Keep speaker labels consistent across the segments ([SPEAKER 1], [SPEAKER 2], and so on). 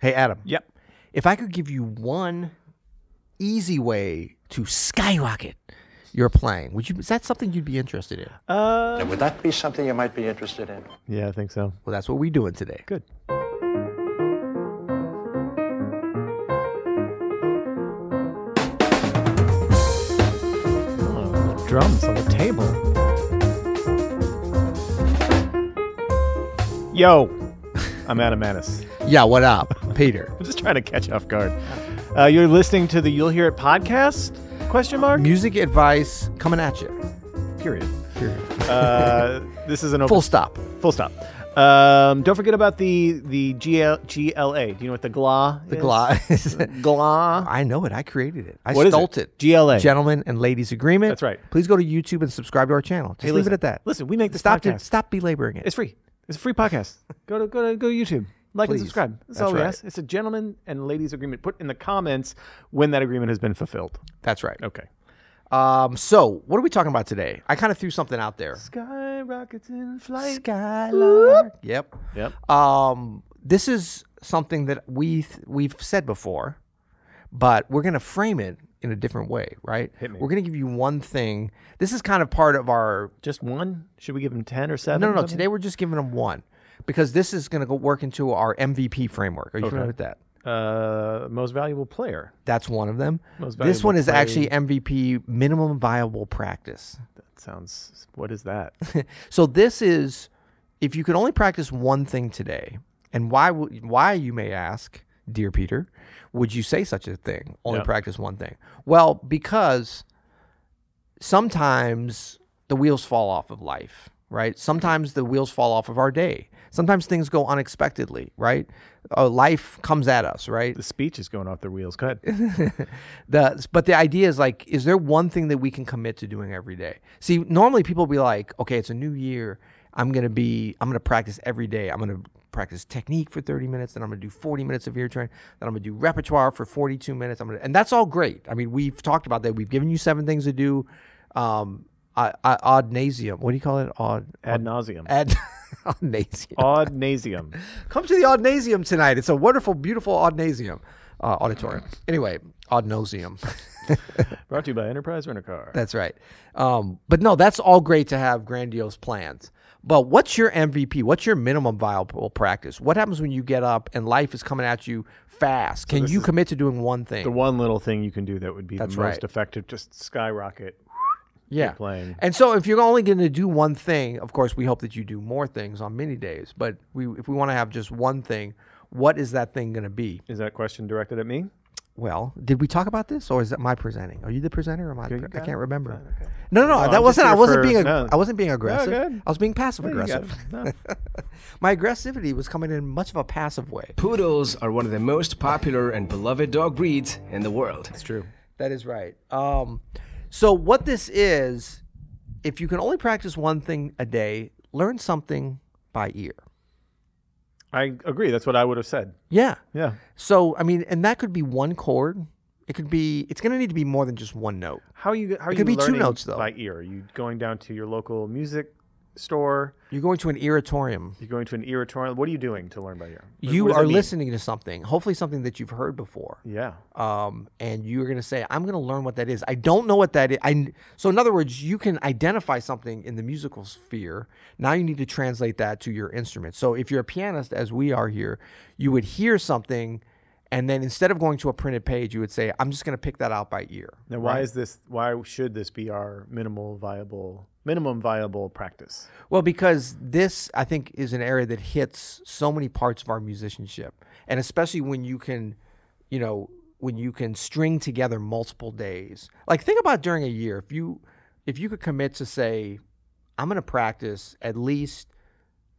[SPEAKER 1] Hey, Adam.
[SPEAKER 2] Yep.
[SPEAKER 1] If I could give you one easy way to skyrocket your playing, would you? Is that something you'd be interested in?
[SPEAKER 2] Uh,
[SPEAKER 3] Would that be something you might be interested in?
[SPEAKER 2] yeah, I think so.
[SPEAKER 1] Well, that's what we're doing today.
[SPEAKER 2] Good. Oh, drums on the table. Yo, I'm Adam Manis.
[SPEAKER 1] Yeah. What up, Peter?
[SPEAKER 2] I'm just trying to catch you off guard. Uh, you're listening to the You'll Hear It podcast? Question mark.
[SPEAKER 1] Music advice coming at you.
[SPEAKER 2] Period. Uh, this is an open
[SPEAKER 1] Full stop.
[SPEAKER 2] Full stop. Um, don't forget about the the GL, GLA. Do you know what the GLA?
[SPEAKER 1] The
[SPEAKER 2] is?
[SPEAKER 1] glass.
[SPEAKER 2] GLA.
[SPEAKER 1] I know it. I created it. I
[SPEAKER 2] What is
[SPEAKER 1] stole it?
[SPEAKER 2] it? GLA.
[SPEAKER 1] Gentlemen and Ladies Agreement.
[SPEAKER 2] That's right.
[SPEAKER 1] Please go to YouTube and subscribe to our channel. Just
[SPEAKER 2] Hey,
[SPEAKER 1] leave
[SPEAKER 2] listen.
[SPEAKER 1] it at that.
[SPEAKER 2] Listen, we make this
[SPEAKER 1] stop.
[SPEAKER 2] podcast.
[SPEAKER 1] stop belaboring it.
[SPEAKER 2] It's free. It's a free podcast. Go to go to go to YouTube. Like
[SPEAKER 1] Please.
[SPEAKER 2] and subscribe. That's,
[SPEAKER 1] That's
[SPEAKER 2] all we
[SPEAKER 1] right.
[SPEAKER 2] ask. It's a gentleman and ladies agreement. Put in the comments when that agreement has been fulfilled.
[SPEAKER 1] That's right.
[SPEAKER 2] Okay.
[SPEAKER 1] Um. So, what are we talking about today? I kind of threw something out there.
[SPEAKER 2] Sky rockets in flight.
[SPEAKER 1] Skylar. Yep.
[SPEAKER 2] Yep.
[SPEAKER 1] Um, this is something that we th- we've said before, but we're gonna frame it in a different way, right?
[SPEAKER 2] Hit me.
[SPEAKER 1] We're gonna give you one thing. This is kind of part of our
[SPEAKER 2] Just one? Should we give him ten or seven?
[SPEAKER 1] no, no,
[SPEAKER 2] or
[SPEAKER 1] no.
[SPEAKER 2] something?
[SPEAKER 1] Today we're just giving them one because this is gonna go work into our MVP framework. Are you familiar with that?
[SPEAKER 2] Uh, most valuable player.
[SPEAKER 1] That's one of them.
[SPEAKER 2] Most
[SPEAKER 1] This
[SPEAKER 2] valuable
[SPEAKER 1] one is
[SPEAKER 2] play.
[SPEAKER 1] actually MVP minimum viable practice.
[SPEAKER 2] That sounds. What is that?
[SPEAKER 1] So this is if you could only practice one thing today, and why would why you may ask, dear Peter, would you say such a thing? Only
[SPEAKER 2] Yeah.
[SPEAKER 1] practice one thing. Well, because sometimes the wheels fall off of life, right? Sometimes the wheels fall off of our day. Sometimes things go unexpectedly, right? Uh, life comes at us, right?
[SPEAKER 2] the speech is going off their wheels. Cut.
[SPEAKER 1] the but the idea is like is there one thing that we can commit to doing every day see normally people be like okay it's a new year i'm gonna be i'm gonna practice every day i'm gonna practice technique for 30 minutes then i'm gonna do 40 minutes of ear training then i'm gonna do repertoire for 42 minutes i'm gonna and that's all great i mean we've talked about that we've given you seven things to do um I, I, oddnasium what do you call it odd
[SPEAKER 2] Ad nauseum.
[SPEAKER 1] ad, oddnasium
[SPEAKER 2] Audnasium.
[SPEAKER 1] Come to the Audnasium tonight. It's a wonderful, beautiful Audnasium uh, auditorium. Anyway, Audnosium.
[SPEAKER 2] Brought to you by Enterprise Rent a Car.
[SPEAKER 1] that's right. Um, but no, that's all great to have grandiose plans. But what's your MVP? What's your minimum viable practice? What happens when you get up and life is coming at you fast? Can you commit to doing one thing?
[SPEAKER 2] the one little thing you can do that would be
[SPEAKER 1] That's
[SPEAKER 2] the most
[SPEAKER 1] right.
[SPEAKER 2] effective, just skyrocket.
[SPEAKER 1] yeah.
[SPEAKER 2] playing.
[SPEAKER 1] And so if you're only going to do one thing, of course, we hope that you do more things on many days. But we, if we want to have just one thing, what is that thing going to be?
[SPEAKER 2] Is that question directed at me?
[SPEAKER 1] Well, did we talk about this, or is that my presenting? Are you the presenter, or am I? the
[SPEAKER 2] you
[SPEAKER 1] pre- I
[SPEAKER 2] got
[SPEAKER 1] can't
[SPEAKER 2] it.
[SPEAKER 1] remember. No, no, no,
[SPEAKER 2] I'm
[SPEAKER 1] that
[SPEAKER 2] just
[SPEAKER 1] wasn't.
[SPEAKER 2] here
[SPEAKER 1] I wasn't
[SPEAKER 2] for-
[SPEAKER 1] being. Ag-
[SPEAKER 2] no.
[SPEAKER 1] I wasn't being aggressive.
[SPEAKER 2] good.
[SPEAKER 1] I was being passive
[SPEAKER 2] you got
[SPEAKER 1] aggressive.
[SPEAKER 2] it.
[SPEAKER 1] my aggressivity was coming in much of a passive way.
[SPEAKER 4] Poodles are one of the most popular and beloved dog breeds in the world.
[SPEAKER 2] It's true.
[SPEAKER 1] That is right. Um, so what this is, if you can only practice one thing a day, learn something by ear.
[SPEAKER 2] I agree. That's what I would have said.
[SPEAKER 1] Yeah.
[SPEAKER 2] Yeah.
[SPEAKER 1] So I mean, and that could be one chord. It could be. It's going to need to be more than just one note.
[SPEAKER 2] How are you? How are
[SPEAKER 1] It
[SPEAKER 2] you
[SPEAKER 1] could be two
[SPEAKER 2] learning
[SPEAKER 1] notes, though.
[SPEAKER 2] by ear? Are you going down to your local music store?
[SPEAKER 1] You're going to an oratorium.
[SPEAKER 2] You're going to an oratorium. What are you doing to learn by ear? What-
[SPEAKER 1] You
[SPEAKER 2] what does
[SPEAKER 1] are
[SPEAKER 2] that mean?
[SPEAKER 1] listening to something, hopefully something that you've heard before.
[SPEAKER 2] Yeah.
[SPEAKER 1] um, and you're going to say, "I'm going to learn what that is." I don't know what that is. I so in other words, you can identify something in the musical sphere. Now you need to translate that to your instrument. So if you're a pianist, as we are here, you would hear something, and then instead of going to a printed page, you would say, "I'm just going to pick that out by ear."
[SPEAKER 2] Now, why is this? Why should this be our minimal viable minimum viable practice?
[SPEAKER 1] Well, because this, I think, is an area that hits so many parts of our musicianship, and especially when you can, you know, when you can string together multiple days. Like, think about during a year if you if you could commit to say, I'm going to practice at least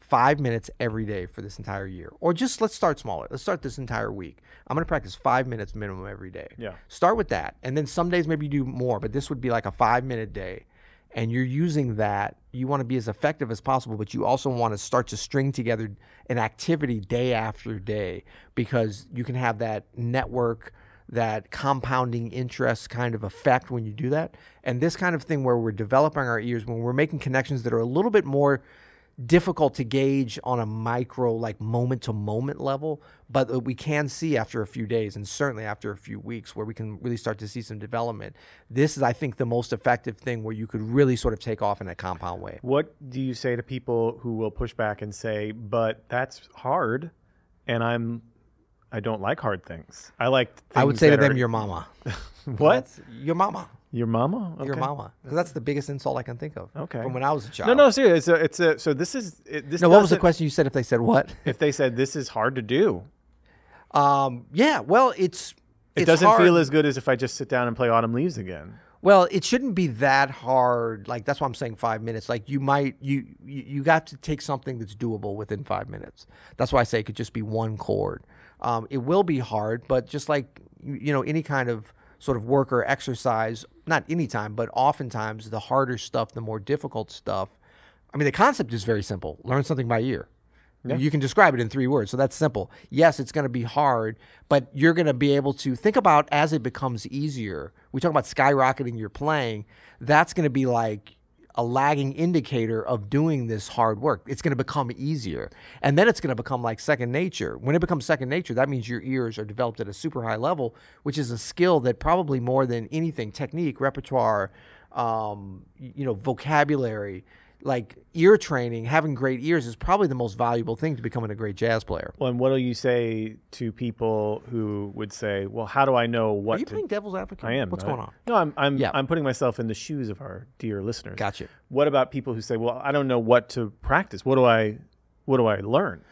[SPEAKER 1] five minutes every day for this entire year, or just let's start smaller. Let's start this entire week. I'm going to practice five minutes minimum every day.
[SPEAKER 2] Yeah.
[SPEAKER 1] Start with that, and then some days maybe you do more, but this would be like a five minute day and you're using that, you want to be as effective as possible, but you also want to start to string together an activity day after day because you can have that network, that compounding interest kind of effect when you do that. And this kind of thing where we're developing our ears, when we're making connections that are a little bit more difficult to gauge on a micro, like moment to moment level, but uh, we can see after a few days and certainly after a few weeks where we can really start to see some development. This is, I think, the most effective thing where you could really sort of take off in a compound way.
[SPEAKER 2] What do you say to people who will push back and say, "But that's hard, and I'm, I don't like hard things. I like." Things
[SPEAKER 1] I would say to
[SPEAKER 2] that
[SPEAKER 1] them,
[SPEAKER 2] are-
[SPEAKER 1] your mama.
[SPEAKER 2] what?
[SPEAKER 1] That's your mama.
[SPEAKER 2] Your mama? Okay.
[SPEAKER 1] Your mama. Because that's the biggest insult I can think of.
[SPEAKER 2] Okay.
[SPEAKER 1] From when I was a child.
[SPEAKER 2] No, no, seriously. It's a, it's a, so this is it, this.
[SPEAKER 1] No, what was the
[SPEAKER 2] doesn't-
[SPEAKER 1] question you said if they said what?
[SPEAKER 2] If they said this is hard to do,
[SPEAKER 1] Um, yeah, well, it's.
[SPEAKER 2] it
[SPEAKER 1] it's
[SPEAKER 2] doesn't
[SPEAKER 1] hard.
[SPEAKER 2] feel as good as if I just sit down and play Autumn Leaves again.
[SPEAKER 1] Well, it shouldn't be that hard. Like that's why I'm saying five minutes. Like you might you you, you got to take something that's doable within five minutes. That's why I say it could just be one chord. Um, it will be hard, but just like you, you know any kind of sort of work or exercise, not any time, but oftentimes the harder stuff, the more difficult stuff. I mean, the concept is very simple. Learn something by ear. You can describe it in three words. So that's simple. Yes, it's going to be hard, but you're going to be able to think about as it becomes easier. We talk about skyrocketing your playing. That's going to be like a lagging indicator of doing this hard work. It's going to become easier. And then it's going to become like second nature. When it becomes second nature, that means your ears are developed at a super high level, which is a skill that probably more than anything, technique, repertoire, um, y- you know, vocabulary, like ear training, having great ears is probably the most valuable thing to becoming a great jazz player.
[SPEAKER 2] Well, and what do you say to people who would say, "Well, how do I know what
[SPEAKER 1] Are you
[SPEAKER 2] to
[SPEAKER 1] playing devil's advocate?
[SPEAKER 2] I am.
[SPEAKER 1] What's
[SPEAKER 2] I-
[SPEAKER 1] going on?
[SPEAKER 2] No, I'm I'm
[SPEAKER 1] Yeah.
[SPEAKER 2] I'm putting myself in the shoes of our dear listeners.
[SPEAKER 1] Gotcha.
[SPEAKER 2] What about people who say, "Well, I don't know what to practice. What do I what do I learn?"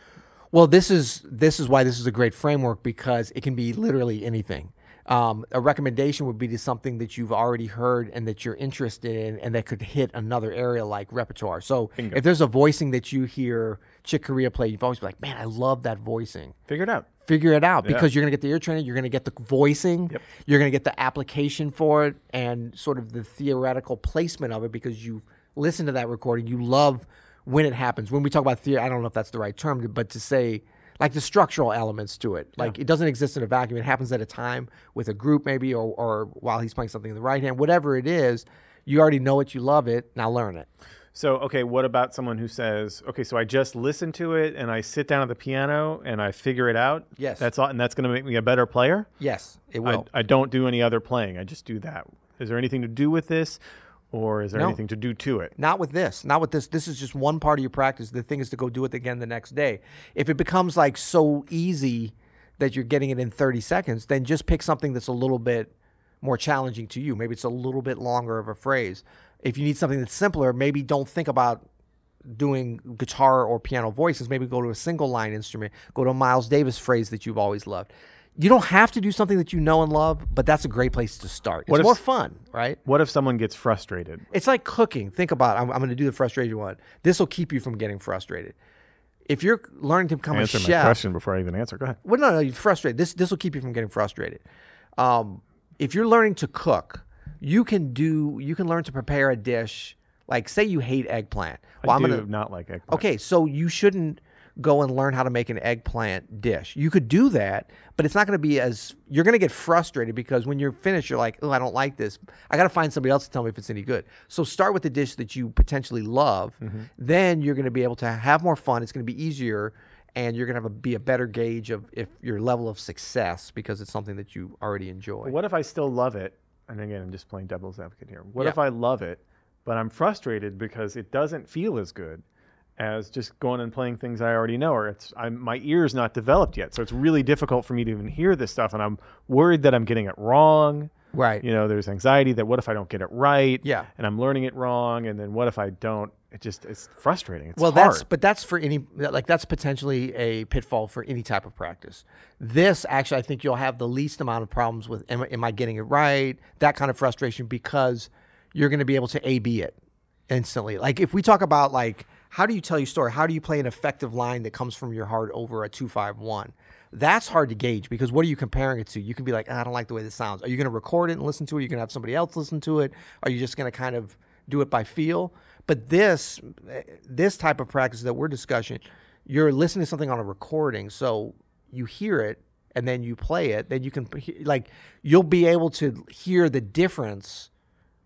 [SPEAKER 1] Well, this is this is why this is a great framework because it can be literally anything. Um, a recommendation would be to something that you've already heard and that you're interested in, and that could hit another area like repertoire. So, if there's a voicing that you hear Chick Corea play, you've always been like, "Man, I love that voicing."
[SPEAKER 2] Figure it out.
[SPEAKER 1] figure it out because you're going to get the ear training, you're going to get the voicing, you're going to get the application for it, and sort of the theoretical placement of it because you listen to that recording, you love when it happens. When we talk about theory, I don't know if that's the right term, but to say like the structural elements to it, like it doesn't exist in a vacuum. It happens at a time with a group maybe, or or while he's playing something in the right hand, whatever it is. You already know it, you love it. Now learn it.
[SPEAKER 2] So, okay, what about someone who says, "Okay, so I just listen to it and I sit down at the piano and I figure it out."
[SPEAKER 1] Yes.
[SPEAKER 2] That's all, and that's going to make me a better player.
[SPEAKER 1] Yes, it
[SPEAKER 2] I,
[SPEAKER 1] will.
[SPEAKER 2] I don't do any other playing. I just do that. Is there anything to do with this, or is there
[SPEAKER 1] No.
[SPEAKER 2] anything to do to it?
[SPEAKER 1] Not with this. Not with this. This is just one part of your practice. The thing is to go do it again the next day. If it becomes like so easy that you're getting it in 30 seconds, then just pick something that's a little bit more challenging to you. Maybe it's a little bit longer of a phrase. If you need something that's simpler, maybe don't think about doing guitar or piano voices. Maybe go to a single line instrument. Go to a Miles Davis phrase that you've always loved. You don't have to do something that you know and love, but that's a great place to start. It's
[SPEAKER 2] if-
[SPEAKER 1] more fun, right?
[SPEAKER 2] What if someone gets frustrated?
[SPEAKER 1] It's like cooking. Think about it. I'm, I'm going to do the frustration one. This will keep you from getting frustrated. If you're learning to become
[SPEAKER 2] Answer
[SPEAKER 1] a
[SPEAKER 2] my
[SPEAKER 1] chef,
[SPEAKER 2] question before I even answer. Go ahead.
[SPEAKER 1] well, no, no, you're frustrated. This this will keep you from getting frustrated. Um, if you're learning to cook, you can do. You can learn to prepare a dish. Like, say you hate eggplant. Well,
[SPEAKER 2] I
[SPEAKER 1] I'm
[SPEAKER 2] do
[SPEAKER 1] gonna
[SPEAKER 2] not like eggplant.
[SPEAKER 1] Okay, so you shouldn't go and learn how to make an eggplant dish. You could do that, but it's not going to be as you're going to get frustrated because when you're finished, you're like, "Oh, I don't like this. I got to find somebody else to tell me if it's any good." So start with the dish that you potentially love. Then you're going to be able to have more fun. It's going to be easier, and you're going to have a, be a better gauge of if your level of success because it's something that you already enjoy.
[SPEAKER 2] What if I still love it? And again, I'm just playing devil's advocate here. What
[SPEAKER 1] Yeah.
[SPEAKER 2] if I love it, but I'm frustrated because it doesn't feel as good as just going and playing things I already know, or it's I'm, my ear's not developed yet, so it's really difficult for me to even hear this stuff, and I'm worried that I'm getting it wrong.
[SPEAKER 1] Right.
[SPEAKER 2] You know, there's anxiety that what if I don't get it right?
[SPEAKER 1] Yeah.
[SPEAKER 2] And I'm learning it wrong, and then what if I don't? It just it's frustrating. It's
[SPEAKER 1] well
[SPEAKER 2] hard.
[SPEAKER 1] that's but that's for any like that's potentially a pitfall for any type of practice this actually i think you'll have the least amount of problems with am, I- am i getting it right that kind of frustration because you're going to be able to a b it instantly like if we talk about like how do you tell your story how do you play an effective line that comes from your heart over a 251 that's hard to gauge because what are you comparing it to? You can be like, "Ah, I don't like the way this sounds. Are you going to record it and listen to it? Are you going to have somebody else listen to it? Are you just going to kind of do it by feel. But this this type of practice that we're discussing, you're listening to something on a recording, so you hear it and then you play it. Then you can like you'll be able to hear the difference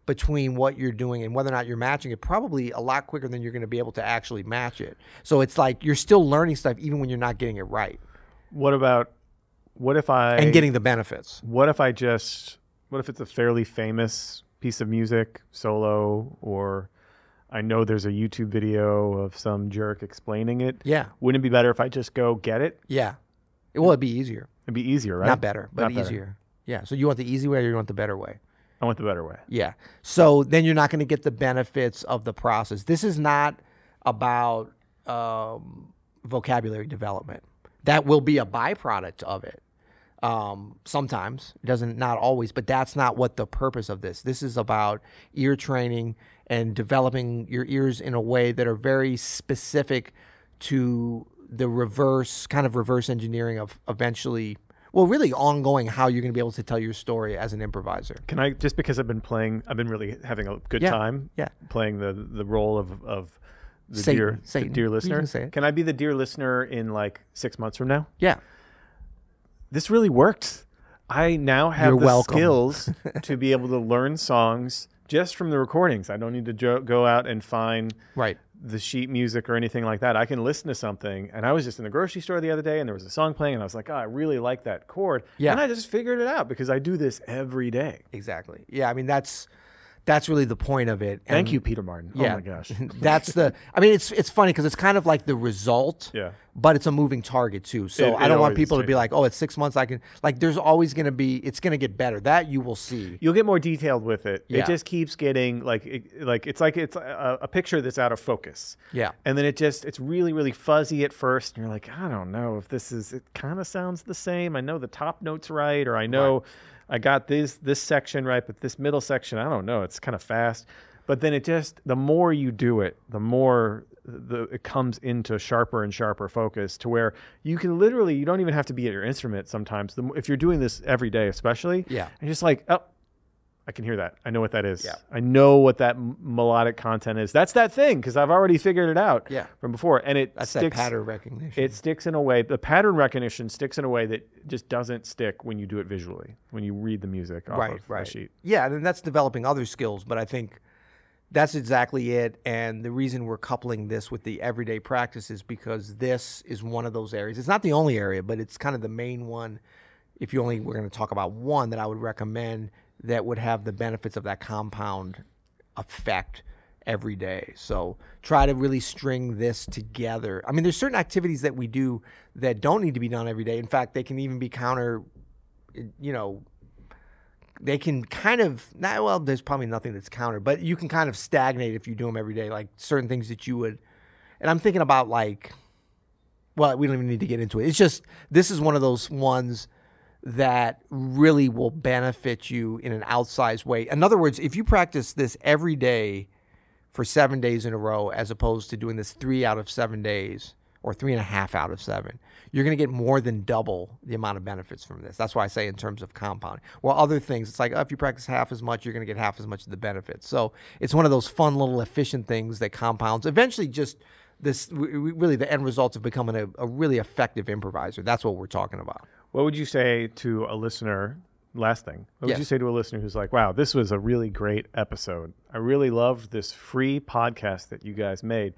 [SPEAKER 1] between what you're doing and whether or not you're matching it probably a lot quicker than you're going to be able to actually match it. So it's like you're still learning stuff even when you're not getting it right
[SPEAKER 2] What about what if I
[SPEAKER 1] and getting the benefits.
[SPEAKER 2] what if I just what if it's a fairly famous piece of music solo or I know there's a YouTube video of some jerk explaining it.
[SPEAKER 1] Yeah.
[SPEAKER 2] Wouldn't it be better if I just go get it?
[SPEAKER 1] Yeah. It will be easier.
[SPEAKER 2] It'd be easier, right?
[SPEAKER 1] Not better, but
[SPEAKER 2] Not better.
[SPEAKER 1] easier. Yeah. So you want the easy way or you want the better way?
[SPEAKER 2] I want the better way.
[SPEAKER 1] Yeah. So then you're not going to get the benefits of the process. This is not about um, vocabulary development. That will be a byproduct of it. Um, sometimes it doesn't, not always, but that's not what the purpose of this. This is about ear training and developing your ears in a way that are very specific to the reverse kind of reverse engineering of eventually, well, really ongoing how you're going to be able to tell your story as an improviser.
[SPEAKER 2] Can I just because I've been playing I've been really having a good
[SPEAKER 1] Yeah,
[SPEAKER 2] time
[SPEAKER 1] yeah.
[SPEAKER 2] playing the the role of of the
[SPEAKER 1] Satan,
[SPEAKER 2] dear the
[SPEAKER 1] Satan.
[SPEAKER 2] dear
[SPEAKER 1] You
[SPEAKER 2] listener.
[SPEAKER 1] can say it.
[SPEAKER 2] Can I be the dear listener in like 6 months from now?
[SPEAKER 1] Yeah.
[SPEAKER 2] this really worked. I now have
[SPEAKER 1] You're
[SPEAKER 2] the
[SPEAKER 1] welcome.
[SPEAKER 2] skills to be able to learn songs just from the recordings. I don't need to jo- go out and find
[SPEAKER 1] Right.
[SPEAKER 2] the sheet music or anything like that. I can listen to something. And I was just in the grocery store the other day and there was a song playing and I was like, oh, I really like that chord.
[SPEAKER 1] Yeah.
[SPEAKER 2] And I just figured it out because I do this every day.
[SPEAKER 1] Exactly. Yeah. I mean, that's that's really the point of it.
[SPEAKER 2] Thank
[SPEAKER 1] And-
[SPEAKER 2] you, Peter Martin.
[SPEAKER 1] Yeah.
[SPEAKER 2] Oh my gosh.
[SPEAKER 1] that's the. I mean, it's it's funny because it's kind of like the result.
[SPEAKER 2] Yeah.
[SPEAKER 1] But it's a moving target too. So
[SPEAKER 2] It-
[SPEAKER 1] I
[SPEAKER 2] it
[SPEAKER 1] don't want
[SPEAKER 2] always
[SPEAKER 1] people to be
[SPEAKER 2] changes.
[SPEAKER 1] like, oh, it's six months. I can like. There's always going to be. It's going to get better. That you will see.
[SPEAKER 2] You'll get more detailed with it.
[SPEAKER 1] Yeah.
[SPEAKER 2] It just keeps getting like it, like it's like it's a, a picture that's out of focus.
[SPEAKER 1] Yeah.
[SPEAKER 2] And then it just it's really really fuzzy at first, and you're like, I don't know if this is. It kind of sounds the same. I know the top notes right, or I know I got this this section right, but this middle section, I don't know. It's kind of fast. But then it just the more you do it, the more the it comes into sharper and sharper focus to where you can literally you don't even have to be at your instrument sometimes. The, mo- if you're doing this every day, especially,
[SPEAKER 1] Yeah.
[SPEAKER 2] and just like oh. I can hear that. I know what that is. I know what that m- melodic content is. That's that thing because I've already figured it out
[SPEAKER 1] Yeah.
[SPEAKER 2] from before, and it
[SPEAKER 1] That's
[SPEAKER 2] sticks.
[SPEAKER 1] that pattern recognition.
[SPEAKER 2] It sticks in a way. The pattern recognition sticks in a way that just doesn't stick when you do it visually. When you read the music off
[SPEAKER 1] right.
[SPEAKER 2] of
[SPEAKER 1] Right.
[SPEAKER 2] a sheet.
[SPEAKER 1] Yeah, and that's developing other skills. But I think that's exactly it. And the reason we're coupling this with the everyday practice is because this is one of those areas. It's not the only area, but it's kind of the main one. If you only were going to talk about one that I would recommend that would have the benefits of that compound effect every day. So try to really string this together. I mean, there's certain activities that we do that don't need to be done every day. In fact, they can even be counter, you know, they can kind of not well there's probably nothing that's counter but you can kind of stagnate if you do them every day like certain things that you would and i'm thinking about like well we don't even need to get into it it's just this is one of those ones that really will benefit you in an outsized way in other words if you practice this every day for seven days in a row as opposed to doing this three out of seven days or three and a half out of seven, you're going to get more than double the amount of benefits from this. That's why I say in terms of compounding. Well, other things, it's like oh, if you practice half as much, you're going to get half as much of the benefits. So it's one of those fun little efficient things that compounds. Eventually, just this re- re- really the end result of becoming a, a really effective improviser. That's what we're talking about.
[SPEAKER 2] What would you say to a listener? Last thing, what
[SPEAKER 1] Yes.
[SPEAKER 2] would you say to a listener who's like, "Wow, this was a really great episode. I really loved this free podcast that you guys made."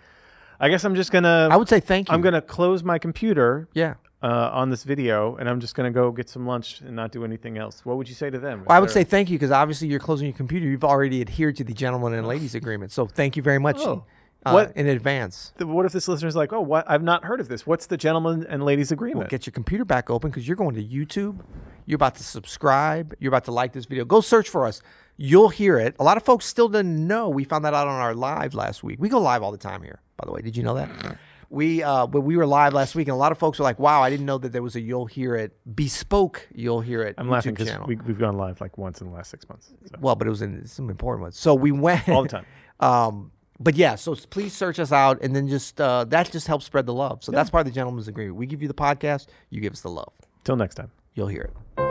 [SPEAKER 2] I guess I'm just gonna.
[SPEAKER 1] I would say thank you.
[SPEAKER 2] I'm gonna close my computer.
[SPEAKER 1] yeah.
[SPEAKER 2] uh, on this video, and I'm just going to go get some lunch and not do anything else. What would you say to them?
[SPEAKER 1] Well, I would say thank you because obviously you're closing your computer. You've already adhered to the gentleman and ladies agreement. So thank you very much
[SPEAKER 2] Oh.
[SPEAKER 1] uh,
[SPEAKER 2] What-
[SPEAKER 1] in advance.
[SPEAKER 2] Th- what if this listener's like, "Oh, what? I've not heard of this. What's the gentleman and ladies agreement?"
[SPEAKER 1] Get your computer back open because you're going to YouTube. You're about to subscribe. You're about to like this video. Go search for us. You'll hear it. A lot of folks still didn't know. We found that out on our live last week. We go live all the time here, by the way. Did you know that? We uh, but we were live last week, and a lot of folks were like, "Wow, I didn't know that there was a you'll hear it bespoke you'll hear it."
[SPEAKER 2] I'm laughing
[SPEAKER 1] YouTube
[SPEAKER 2] because
[SPEAKER 1] channel."
[SPEAKER 2] we, we've gone live like once in the last six months. So.
[SPEAKER 1] Well, but it was in some important ones. So we went
[SPEAKER 2] All the time.
[SPEAKER 1] um, but yeah, so s- please search us out, and then just uh, that just helps spread the love. So that's part of the gentleman's agreement. We give you the podcast, you give us the love.
[SPEAKER 2] Till next time.
[SPEAKER 1] You'll hear it.